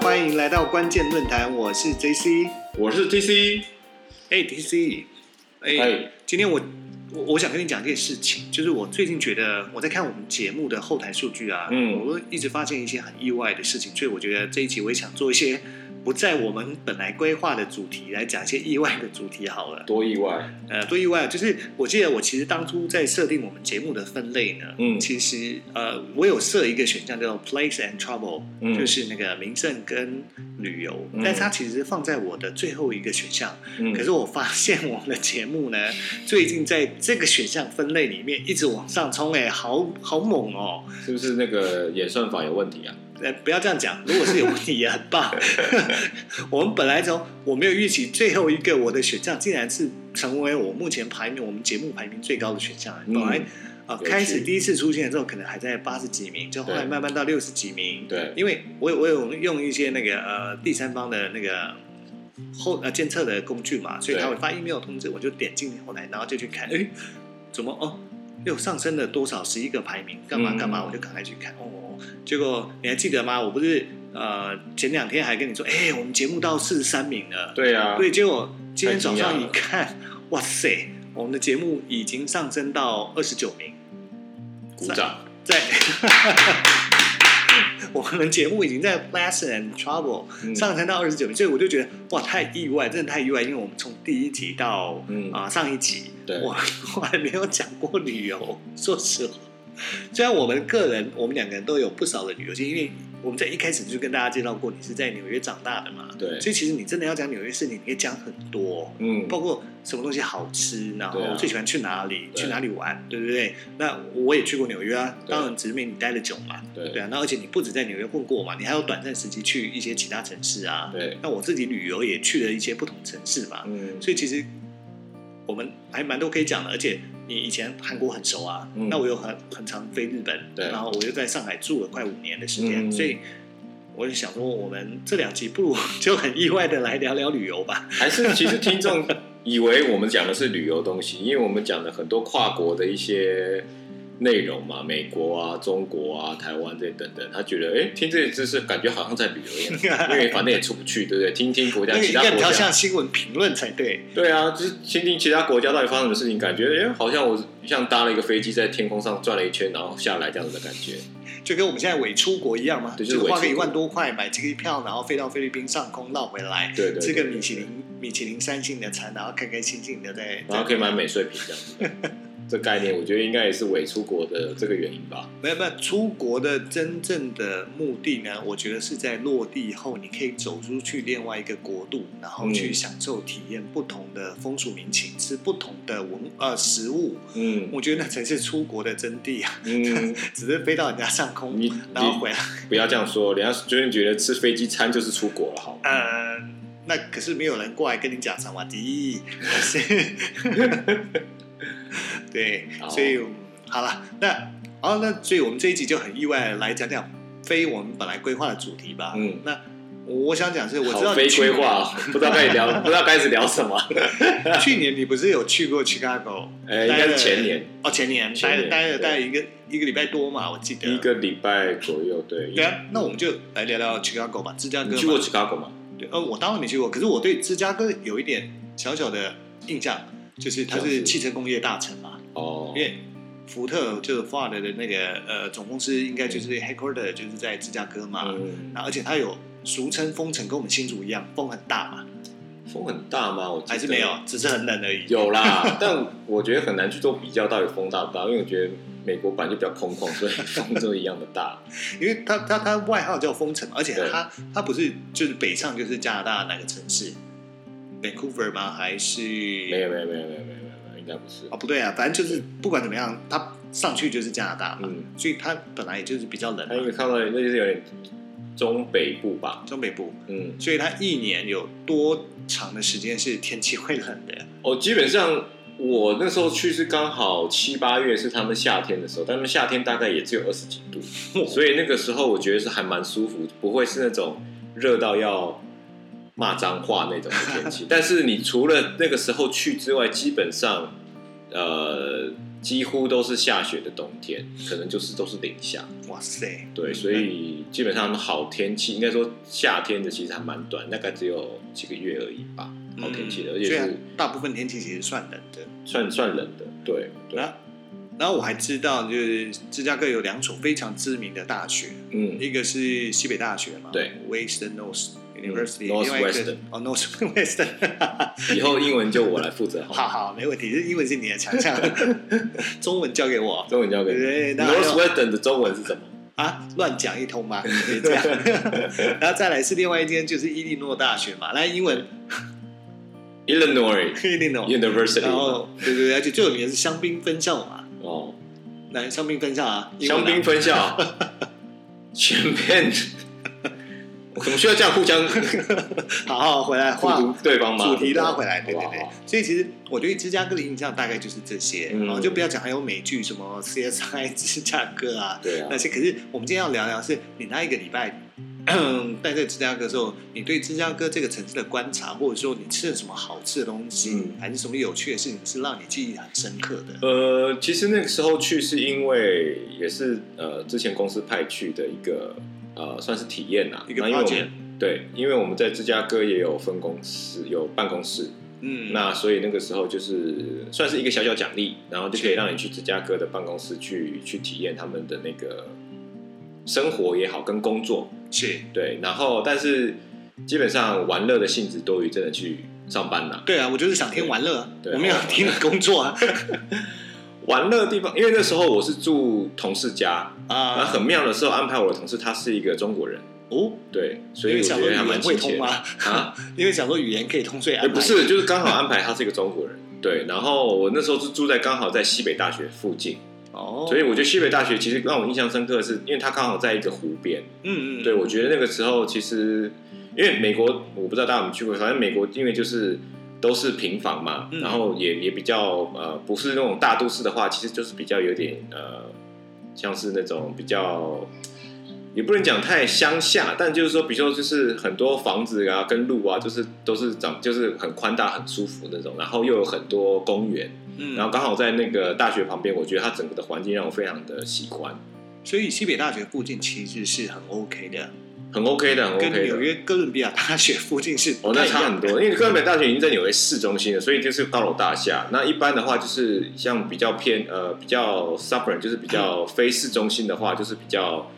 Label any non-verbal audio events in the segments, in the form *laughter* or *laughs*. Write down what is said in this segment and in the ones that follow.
欢迎来到关键论坛，我是 J C。我是 T C，哎，T C，哎哎，今天我我我想跟你讲一件事情，就是我最近觉得我在看我们节目的后台数据啊，嗯我一直发现一些很意外的事情，所以我觉得这一集我也想做一些不在我们本来规划的主题，来讲一些意外的主题好了。多意外，呃，多意外，就是我记得我其实当初在设定我们节目的分类呢，嗯其实呃，我有设一个选项叫做 place and trouble，、嗯就是那个名胜跟旅游，嗯但是它其实放在我的最后一个选项。嗯可是我发现我们的节目呢，最近在这个选项分类里面一直往上冲、哎，好好猛哦！是不是那个演算法有问题啊？呃，不要这样讲，如果是有问题也很棒。 *laughs* 我们本来从我没有预期最后一个我的选项，竟然是成为我目前排名我们节目排名最高的选项。嗯本来啊、呃有趣开始第一次出现的时候，可能还在八十几名，就后来对慢慢到六十几名。对，因为我有我有用一些那个呃第三方的那个后呃监测的工具嘛，所以对他会发 email 通知，我就点进后台，然后就去看，哎，怎么哦又上升了多少十一个排名，干嘛嗯干嘛，我就赶快去看哦。结果你还记得吗？我不是呃前两天还跟你说，哎，我们节目到四十三名了，对啊，对，结果今天太惊早讶上一了看，哇塞，我们的节目已经上升到二十九名。鼓掌，在 *laughs* 我们节目已经在 Blast and Trouble 嗯上升到二十九名，所以我就觉得哇，太意外，真的太意外，因为我们从第一集到啊、嗯上一集，对我 *laughs* 我还没有讲过旅游。说实话，虽然我们个人，我们两个人都有不少的旅游经验，因为我们在一开始就跟大家介绍过，你是在纽约长大的嘛，对所以其实你真的要讲纽约市，你可以讲很多、嗯，包括什么东西好吃，然对后啊最喜欢去哪里，对去哪里玩，对不对？那我也去过纽约啊，对当然只是没你待的久嘛，对对啊。那而且你不止在纽约混过嘛，你还有短暂时期去一些其他城市啊。对，那我自己旅游也去了一些不同城市嘛，嗯，所以其实我们还蛮多可以讲的。而且你以前韩国很熟啊，嗯那我又很很常飞日本，对然后我又在上海住了快五年的时间，嗯所以。我就想说，我们这两集不如 *laughs* 就很意外的来聊聊旅游吧。还是其实听众以为我们讲的是旅游东西，因为我们讲的很多跨国的一些内容嘛，美国啊、中国啊、台湾这等等，他觉得哎，听这些知识感觉好像在旅游一样，因为反正也出不去，对不对？听听国那 *laughs* 家个其应他该国比较家像新闻评论才对。对啊，就是听听其他国家到底发生什么事情，感觉哎、好像我像搭了一个飞机在天空上转了一圈，然后下来这样子的感觉。就跟我们现在伪出国一样嘛，对就就是是花伪出个一国万多块买机票，然后飞到菲律宾上空绕回来，对对吃个对对米其林米其林三星的餐，然后开开心心的在，然后可以买美穗瓶这样子的。这概念我觉得应该也是伪出国的这个原因吧。没有没有出国的真正的目的呢，我觉得是在落地后，你可以走出去另外一个国度，然后去嗯享受体验不同的风俗民情，吃不同的文呃食物，嗯我觉得那才是出国的真谛啊， *laughs* 嗯，只是飞到人家上空，你你然后回来。不要这样说，人家最近觉得吃飞机餐就是出国了，好吗？呃，那可是没有人过来跟你讲萨瓦 *laughs* 迪，可是，对，好所以嗯好了，那好，那所以我们这一集就很意外地来讲讲非我们本来规划的主题吧。嗯，那我想讲是，我知道好你非去规划 *laughs* 哦，不知道该聊，不知道该始聊什么。 *laughs* 去年你不是有去过 Chicago？呃，应该是前年哦，前年前待了年待了对待了一个一个礼拜多嘛，我记得。一个礼拜左右，对。啊对啊，那我们就来聊聊 Chicago 吧，芝加哥你嘛。去过 Chicago 吗？对，呃，我当然没去过，可是我对芝加哥有一点小小的印象，就是它像是是汽车工业大城嘛，哦因，为福特就是 Ford 的那个呃总公司应该就是 headquarter 就是在芝加哥嘛，嗯，那而且它有俗称风城，跟我们新竹一样，风很大嘛，风很大吗？我记得还是没有，只是很冷而已。有啦，但我觉得很难去做比较，到底风大不大？因为我觉得美国版就比较空旷，所以风都一样的大。因为它它它外号叫风城嘛，而且对它它不是就是北上就是加拿大哪个城市，Vancouver 吗？还是没有没有没有没有没有没有没有，应该不是啊、。不对啊，反正就是不管怎么样，它上去就是加拿大嘛。嗯，所以它本来也就是比较冷他因嘛，为看到那就是有点中北部吧。中北部，嗯，所以它一年有多长的时间是天气会冷的？哦，基本上我那时候去是刚好七八月，是他们夏天的时候，但他们夏天大概也只有二十几 *laughs* 度，所以那个时候我觉得是还蛮舒服，不会是那种热到要骂脏话那种的天气。但是你除了那个时候去之外，基本上呃几乎都是下雪的冬天，可能就是都是零下。哇塞，对，所以基本上好天气，应该说夏天的其实还蛮短，大概只有几个月而已吧。好天气的，而且虽然是嗯大部分天气其实算冷的。算算冷的，对对，然后，然后我还知道，就是芝加哥有两所非常知名的大学，嗯，一个是西北大学嘛，对，Western North University，、嗯另外一 Northwestern 个哦 *laughs* Northwestern，以后英文就我来负责 *laughs* 好哈，好没问题，英文是你的强项， *laughs* 中文交给我中文交给对你。那还有 Northwestern 的中文是什么？啊，乱讲一通嘛，别 *laughs* 这样。然后再来是另外一间，就是伊利诺大学嘛，那英文 Illinois 伊利诺，然 University 后对对对，而且最有名的是香槟分校嘛，哦，那香槟分校啊，英文香啊槟 *laughs* 分校，前面我们需要这样 *laughs* 互相好好回来互话读对方吗？主题拉回来，好对不对好对。所以其实我对芝加哥的印象大概就是这些，嗯然后就不要讲还有美剧什么 CSI 芝加哥啊对啊那，些。可是我们今天要聊聊是你那一个礼拜。待在芝加哥的时候，你对芝加哥这个城市的观察，或者说你吃了什么好吃的东西，嗯还是什么有趣的事情，是让你记忆很深刻的？呃，其实那个时候去是因为也是呃之前公司派去的一个呃算是体验啦，一个那因为我 project 们对，因为我们在芝加哥也有分公司有办公室，嗯，那所以那个时候就是算是一个小小奖励，然后就可以让你去芝加哥的办公室去去体验他们的那个生活也好，跟工作是对，然后但是基本上玩乐的性质多于真的去上班啦、对啊，我就是想听玩乐啊，对我没有听你工作 *laughs* 啊玩乐的地方，因为那时候我是住同事家，然后啊很妙的是，我安排我的同事他是一个中国人，哦，对，所因以为我觉想说得还语蛮言会亲切通的吗？ *laughs* 啊。因为想说语言可以通，所以安也排不是，就是刚好安排他是一个中国人，对。然后我那时候是住在刚好在西北大学附近，哦，所以我觉得西北大学其实让我印象深刻的是，因为它刚好在一个湖边，嗯嗯，对我觉得那个时候其实，因为美国我不知道大家有没有去过，反正美国因为就是。都是平房嘛，嗯然后也也比较呃，不是那种大都市的话，其实就是比较有点呃，像是那种比较，也不能讲太乡下，但就是说，比如说就是很多房子啊跟路啊，就是都是长就是很宽大、很舒服那种，然后又有很多公园，嗯，然后刚好在那个大学旁边，我觉得它整个的环境让我非常的喜欢，所以西北大学附近其实是很 OK 的，很 OK 的，很 OK 跟的。纽约哥伦比亚大学附近是哦不，太那一差很样的。多，因为哥伦比亚大学已经在纽约市中心了，所以就是高楼大厦。那一般的话，就是像比较偏呃比较 suburban，就是比较非市中心的话，就是比较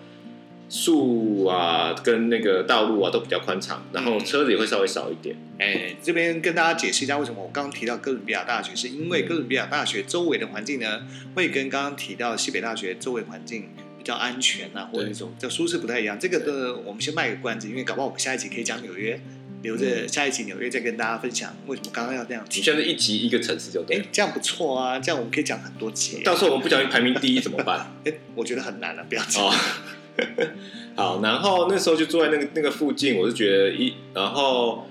树啊跟那个道路啊都比较宽敞，然嗯后车子也会稍微少一点。哎，这边跟大家解释一下，为什么我刚刚提到哥伦比亚大学，是因为哥伦比亚大学周围的环境呢，会跟刚刚提到西北大学周围环境比较安全啊，或者对一种比较舒适不太一样。这个呢，我们先卖个关子，因为搞不好我们下一集可以讲纽约，留嗯着下一集纽约再跟大家分享为什么刚刚要这样你提。现在一集一个城市就对哎了，，这样不错啊，这样我们可以讲很多集。到时候我们不小心排名第一怎么办？哎，我觉得很难了、不要讲。 *laughs* 哦。好，然后那时候就住在那个那个附近，我是觉得一，然后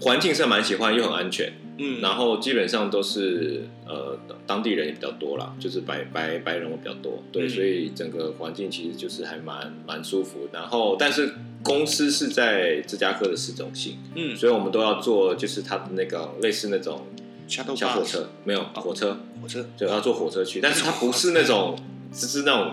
环境是蛮喜欢，又很安全，嗯，然后基本上都是呃当地人也比较多啦，就是白白白人会比较多，对，嗯所以整个环境其实就是还蛮蛮舒服。然后但是公司是在芝加哥的市中心，嗯，所以我们都要坐就是它的那个类似那种下头小火车，没有哦火车，火车对，要坐火车去，但是它不是那种就是那种。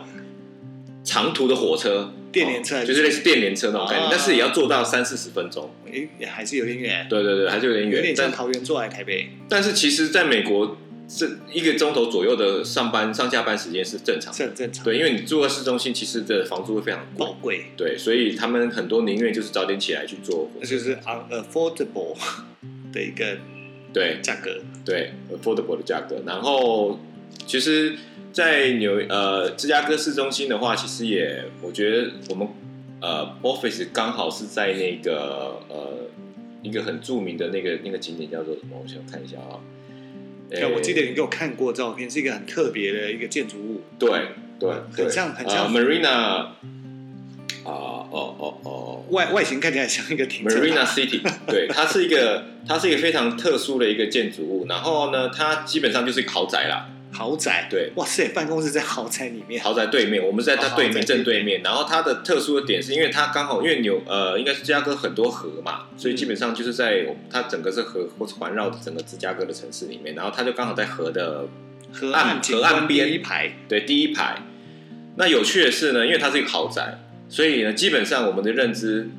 长途的火车，电联车哦就是类似电联车那种概念，啊但是也要坐到三四十分钟。诶，也还是有点远，对对对，还是有点远，有点但像桃园坐来台北。但是其实，在美国这一个钟头左右的上班上下班时间是正常的，这很正哦常，对，因为你住在市中心，其实的房租会非常贵宝，贵，对，所以他们很多宁愿就是早点起来去做，那就是 unaffordable *laughs* 的一个对价格。对，affordable 的价格。然后其实，在纽呃芝加哥市中心的话，其实也我觉得我们呃 office 刚好是在那个呃一个很著名的那个那个景点叫做什么？我想看一下啊，对，我记得。得你给我看过照片，是一个很特别的一个建筑物。对对，对很像很像呃 Marina 啊、哦哦哦外外形看起来像一个停车，Marina 场， City，对，它是一个它是一个非常特殊的一个建筑物，然后呢，它基本上就是一个豪宅啦，豪宅。对，哇塞，办公室在豪宅里面。豪宅对面，我们是在哦它豪对宅对面正对面，然后它的特殊的点是因为它刚好因为纽呃应该是芝加哥很多河嘛，所以基本上就是在它整个是河或是环绕整个芝加哥的城市里面，然后它就刚好在河的河岸岸景河岸观第边一排，对，第一排。那有趣的是呢，因为它是一个豪宅，所以呢，基本上我们的认知，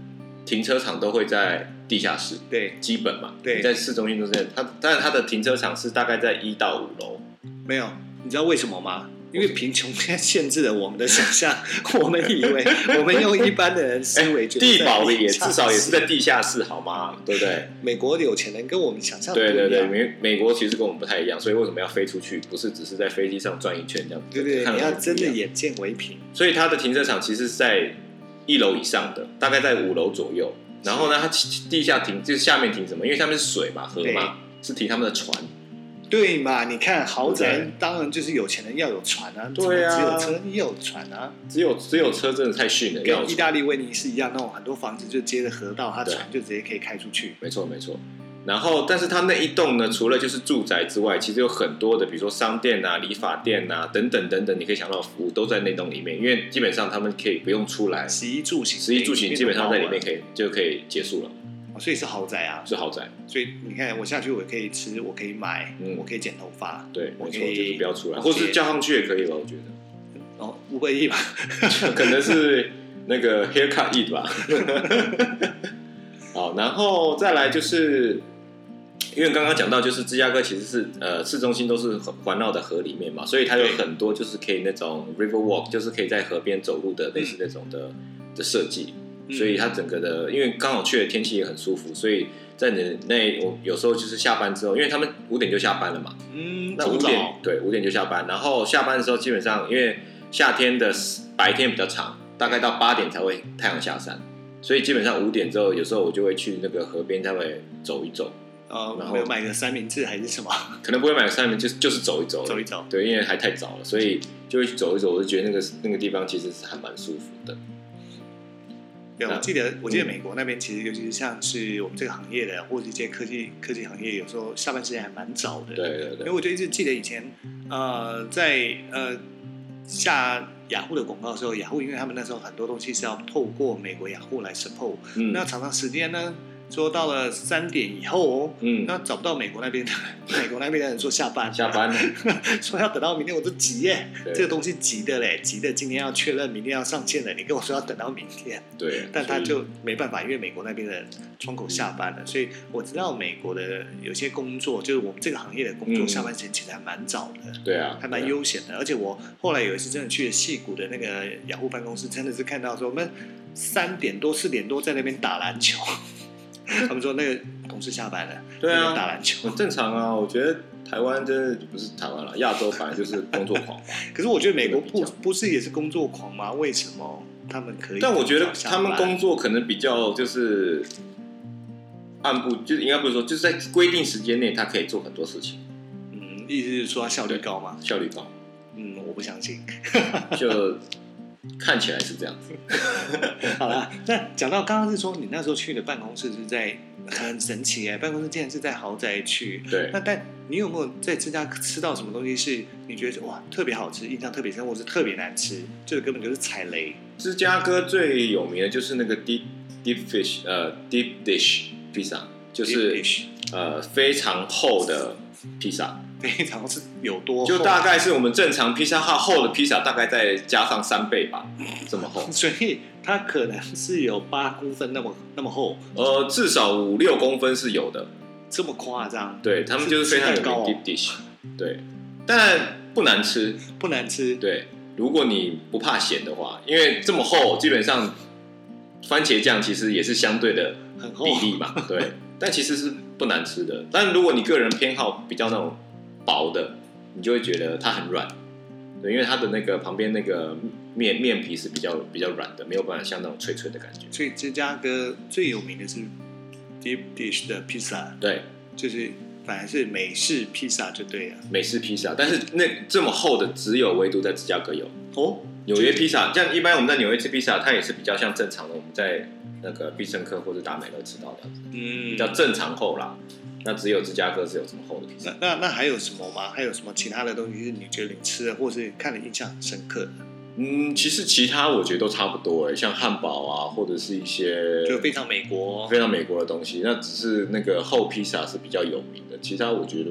停车场都会在地下室，对，基本嘛。对你在市中心都是它，当然它的停车场是大概在一到五楼。没有，你知道为什么吗？因为贫穷限制了我们的想象， *laughs* 我们以为我们用一般的人思维觉得哎地在堡的也地下至少也室是在地下室，好吗？对不对？美国的有钱人跟我们想象的对对不一对，样美美国其实跟我们不太一样，所以为什么要飞出去？不是只是在飞机上转一圈这样子？对对看对，得你要很不一真的样眼见为凭，所以它的停车场其实是在一楼以上的，大概在五楼左右。然后呢，它其地下停就是下面停什么？因为下面是水嘛，河嘛，是停他们的船。对嘛？你看豪宅对当然就是有钱人要有船啊，对啊怎么只有车你有船啊，只有只有车真的太逊了，要有跟意船大利威尼斯一样，那种很多房子就接着河道，它船就直接可以开出去。没错没错。然后，但是它那一栋呢，除了就是住宅之外，其实有很多的，比如说商店啊、理发店啊等等等等，你可以想到的服务都在那栋里面，因为基本上他们可以不用出来，食衣住行，食衣住行基本上在里面都可以就可以结束了，包完，哦所以是豪宅啊。是豪宅。所以你看，我下去我可以吃，我可以买，嗯我可以剪头发，对，我没错，可以就是不要出来，我或可是以叫他们去也可以了，我觉得。 *laughs* 哦，五百亿吧。可能是那个 haircut eat 吧。 *laughs* 好，然后再来就是，因为刚刚讲到，就是芝加哥其实是呃市中心都是环绕的河里面嘛，所以它有对很多就是可以那种 river walk，就是可以在河边走路的类似那种的、的设计。 *laughs* 嗯所以它整个的，因为刚好去的天气也很舒服，所以在你那我有时候就是下班之后，因为他们五点就下班了嘛，嗯，那走五不点早对五点就下班，然后下班的时候基本上因为夏天的白天比较长，大概到八点才会太阳下山，所以基本上五点之后，有时候我就会去那个河边稍微走一走，呃，然后我有买个三明治还是什么，可能不会买三明，就是就是走一走，走一走。 *laughs* 对，因为还太早了，所以就会去走一走。我就觉得那个那个地方其实是还蛮舒服的。对，我那记得，我记得嗯美国那边其实，尤其是像是我们这个行业的，或者一些科技科技行业，有时候下班时间还蛮早的。对对因对为我就一直记得以前，呃，在呃下雅虎的广告的时候，雅虎因为他们那时候很多东西是要透过美国雅虎来 support，、嗯那常常时间呢，说到了三点以后哦，嗯，那找不到美国那边的， *laughs* 美国那边的人说下班，下，班了，说要等到明天，我都急耶，*laughs* 对这个东西急的嘞，急的今天要确认，明天要上线了，你跟我说要等到明天，对，但他所以就没办法，因为美国那边的窗口下班了，所以我知道美国的有些工作，就是我们这个行业的工作，嗯下班前其实还蛮早的，对啊，嗯还蛮悠闲的。而且我后来有一次真的去戏谷的那个雅虎办公室，真的是看到说我们三点多四点多在那边打篮 *laughs* 球，他们说那个同事下班了，对在那边打啊，篮球。很正常啊。我觉得台湾真的不是台湾了，亚洲本来就是工作 *laughs* 狂。可是我觉得美国这不个比不是也是工作狂吗？为什么他们可以？但我觉得他们工作可能比较就是按部，就是应该不是说，就是在规定时间内，他可以做很多事情，嗯，意思是说他效率高吗？*laughs* 效率高，嗯，我不相信。就看起来是这样 *laughs* 子。好啦，那讲到刚刚是说你那时候去的办公室是在 *laughs* 很神奇哎、办公室竟然是在豪宅区。对那，但你有没有在芝加哥吃到什么东西是你觉得哇特别好吃，印象特别深，或是特别难吃，就是根本就是踩雷？芝加哥最有名的就是那个 deep deep fish，呃，deep dish pizza，就也 *laughs* 是许呃非常厚的披萨，非常是有多厚就大，概是我们正常披萨哈厚的披萨，大概再加上三倍吧，这么 *laughs* 厚。所以它可能是有八公分那么那么厚，呃，至少五六公分是有的。这么夸张，对他们就是啊非常有名 deep dish，对，但不难吃。不难吃。对，如果你不怕咸的话，因为这么厚，基本上番茄酱其实也是相对的很厚比，例嘛，对。但其实是不难吃的，但如果你个人偏好比较那种薄的，你就会觉得它很软，对，因为它的那个旁边那个面面皮是比较比较软的，没有办法像那种脆脆的感觉。所以芝加哥最有名的是 deep dish 的披萨，对，就是反而是美式披萨就对了。美式披萨，但是那这么厚的只有唯独在芝加哥有。哦，纽约披萨，像一般我们在纽约吃披萨，它也是比较像正常的我们在那个必胜客或者达美乐吃到的样子，嗯比，较正常厚啦。那只有芝加哥是有这么厚的披萨那。那那还有什么吗？还有什么其他的东西是你觉得你吃的或是看了印象很深刻的，嗯，其实其他我觉得都差不多诶、像汉堡啊，或者是一些就非常美国非常美国的东西。那只是那个厚披萨是比较有名的，其他我觉得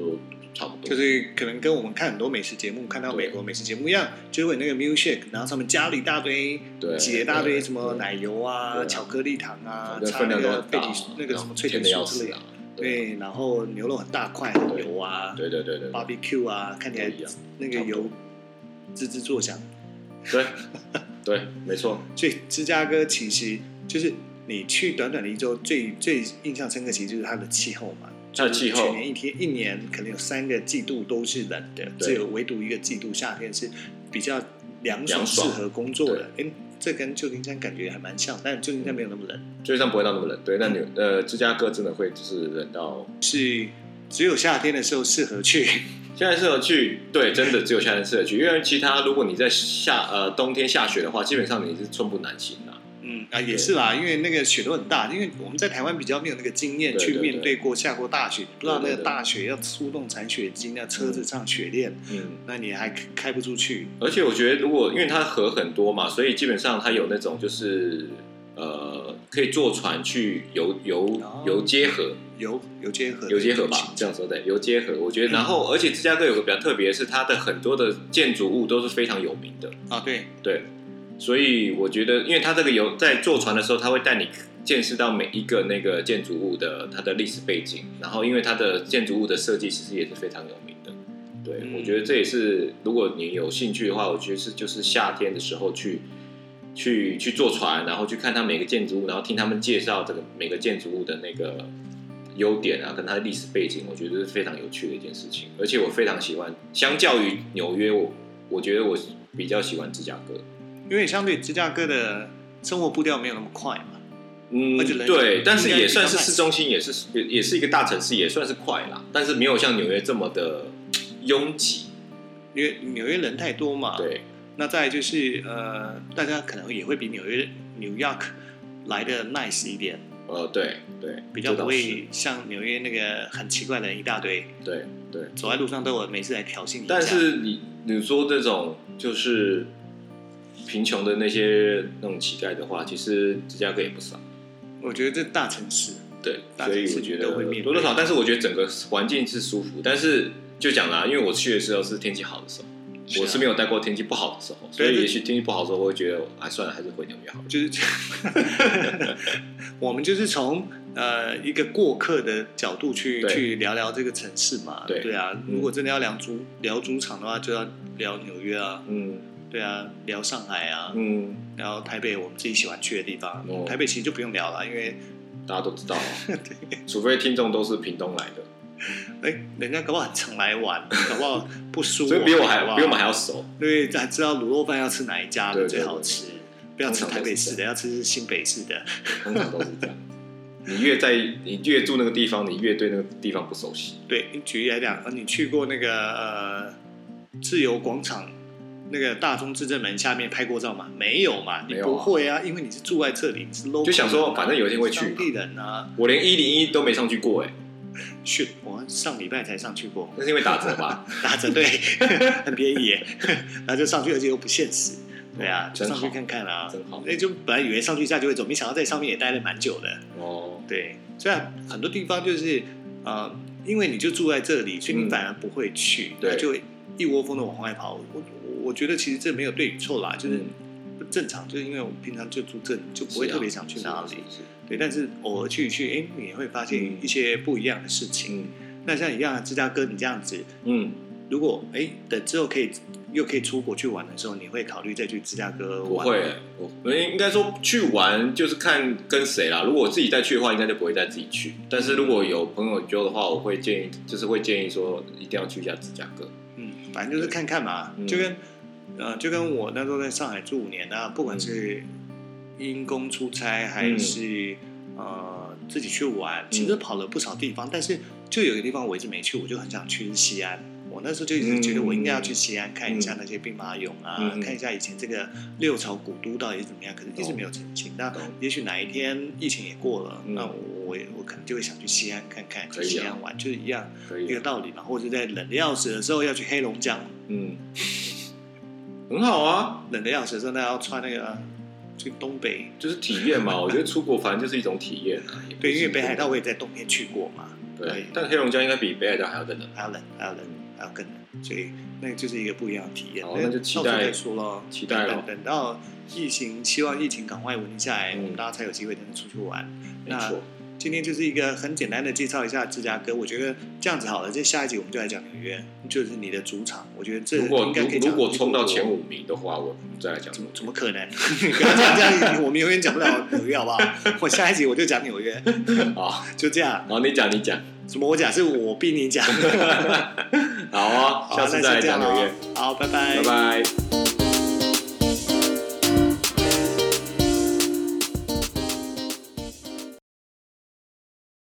差不多，就是可能跟我们看很多美食节目，看到对美国美食节目一样，就会有那个 milkshake，然后上面加了一大堆，对挤了一大堆什么奶油对啊、啊巧克力糖啊，那擦分那量都个很贝大里嘛，那个什么脆甜皮的要酥之死类的啊，，对，然后牛肉很大块，很对油啊对对对对对， ，barbecue 啊，看起来不一样那差个不多油滋滋作响。对对，没错，所以芝加哥其实就是你去短短的一周，最最印象深刻其实就是它的气候嘛。它的气候去年一天一年可能有三个季度都是冷的，对只有唯独一个季度夏天是比较凉爽，凉适爽合工作的。哎，这跟旧金山感觉还蛮像，但旧金山没有那么冷，就算不会到那么冷，对，但纽呃芝加哥真的会就是冷到是只有夏天的时候适合去。 *laughs* 现在适合去，对，真的只有夏天适合去，因为其他如果你在夏呃冬天下雪的话，基本上你是寸步难行的、嗯啊，也是啦，因为那个雪都很大，因为我们在台湾比较没有那个经验对去对面对对过下过大雪，不知道那对个对对大雪要出动铲雪机，那车子上雪链，嗯，那你还开开不出去，而且我觉得如果因为它河很多嘛，所以基本上它有那种就是呃可以坐船去游游哦游街河，有有结合，游街河吧，这样说对，嗯游街河。我觉得，然后而且芝加哥有个比较特别，是它的很多的建筑物都是非常有名的，啊，对，对。所以我觉得，因为它这个游在坐船的时候，它会带你见识到每一个那个建筑物的它的历史背景，然后因为它的建筑物的设计其实也是非常有名的。对，嗯我觉得这也是如果你有兴趣的话，我觉得是就是夏天的时候去。去去坐船，然后去看它每个建筑物，然后听他们介绍这个每个建筑物的那个优点啊，跟它的历史背景，我觉得是非常有趣的一件事情。而且我非常喜欢，相较于纽约，我我觉得我比较喜欢芝加哥。因为相对芝加哥的生活步调没有那么快嘛，嗯而且人对，但是应该也比较算是慢市中心，也是也也是一个大城市，也算是快啦，但是没有像纽约这么的拥挤。因为纽约人太多嘛，，对，那再来就是呃，大家可能也会比纽约 New York 来的 nice 一点，呃，对对，比较这不倒是会像纽约那个很奇怪的人一大堆，对对。走在路上都有人每次来挑衅你一下，但是你你说这种就是贫穷的那些那种乞丐的话，其实芝加哥也不少。我觉得这大城市，啊对，大所以城市我觉都会得面多多对少，但是我觉得整个环境是舒服。但是就讲啦，因为我去的时候是天气好的时候，我是没有，有待过天气不好的时候，所啊对啊以这也许天气不好的时候，我会觉得，哎，算了，还是回纽约好了。就是这样 *laughs* 我们就是从呃一个过客的角度去对去聊聊这个城市嘛，对嗯啊，如果真的要聊主聊主场的话，就要聊纽约啊，嗯对啊，聊上海啊，嗯，然后台北我们自己喜欢去的地方，哦台北其实就不用聊了，因为大家都知道啊， *laughs* 除非听众都是屏东来的，哎，人家搞不好很常来 *laughs* 玩，搞不好不输，所以比我好不还好比我们还要熟。对，才知道卤肉饭要吃哪一家的对对最对好吃，不要吃台北市的，要吃新北市的。通常都是这样。你越在你越住那个地方，你越对那个地方不熟悉。对，你举例来讲，呃你去过那个呃自由广场那个大中至正门下面拍过照吗？没有嘛，你没有啊不会啊，因为你是住在这里，你是 local，就想说人啊反正有一天会去嘛当地人啊。我连一零一都没上去过哎、去，我上礼拜才上去过，那是因为打折 *laughs* 吧？打折对，很便宜耶， *laughs* 然后就上去，而且又不现实，对啊，就真上去好看看啊。真好那就本来以为上去一下就会走，没想到在上面也待了蛮久的。哦，对，虽然很多地方就是呃，因为你就住在这里，所以你嗯反而不会去，对那就一窝蜂的往外跑。我我我觉得其实这没有对与错嗯啦，就是不正常，就是因为我们平常就住这里，就不会是啊特别想去哪里。是是是对，但是偶尔去一去，哎，你也会发现嗯一些不一样的事情。嗯那像一样的芝加哥，你这样子，嗯，如果哎等之后可以又可以出国去玩的时候，你会考虑再去芝加哥不玩？会，我我应该说去玩就是看跟谁啦。如果我自己再去的话，应该就不会再自己去。但是如果有朋友揪的话，我会建议，就是会建议说一定要去一下芝加哥。嗯，反正就是看看嘛，嗯就跟呃，就跟我那时候在上海住五年啊，不管是因公出差嗯还是、呃自己去玩，其实跑了不少地方，但是就有一个地方我一直没去，我就很想去是西安。我那时候就一直觉得我应该要去西安看一下那些兵马俑啊，嗯看一下以前这个六朝古都到底是怎么样，可是一直没有成型。那懂也许哪一天疫情也过了，嗯那我我我可能就会想去西安看看，去可以啊西安玩，就是一样。可以一个啊，道理嘛，或者在冷的要死的时候要去黑龙江，嗯，很好啊，冷的要死的时候那要穿那个呃去东北，就是体 *laughs* 验嘛。我觉得出国反正就是一种体验啊。也不对，是因为北海道说我也在冬天去过嘛，对，但黑龙江应该比北海道还要再冷。还要冷，还要冷。还有更难，所以那就是一个不一样的体验。好那就期待到时候再说了，期待咯等等到疫情，希望疫情赶快稳定下来，嗯我们大家才有机会真的出去玩。没错，今天就是一个很简单的介绍一下芝加哥，我觉得这样子好了，这下一集我们就来讲纽约，就是你的主场。我觉得这如果应该可以如讲如果冲到前五，五名的话，我们再来讲怎这么么怎多。么可能？ *laughs* 不要这样，这样我们永远讲不了纽约，好不 *laughs* 好？我下一集我就讲纽约，好，就这样。啊好，你讲你讲，什么？我讲是我逼你讲。好啊，啊好 *laughs* 下次再来讲那先纽这约样，咯好，拜拜拜。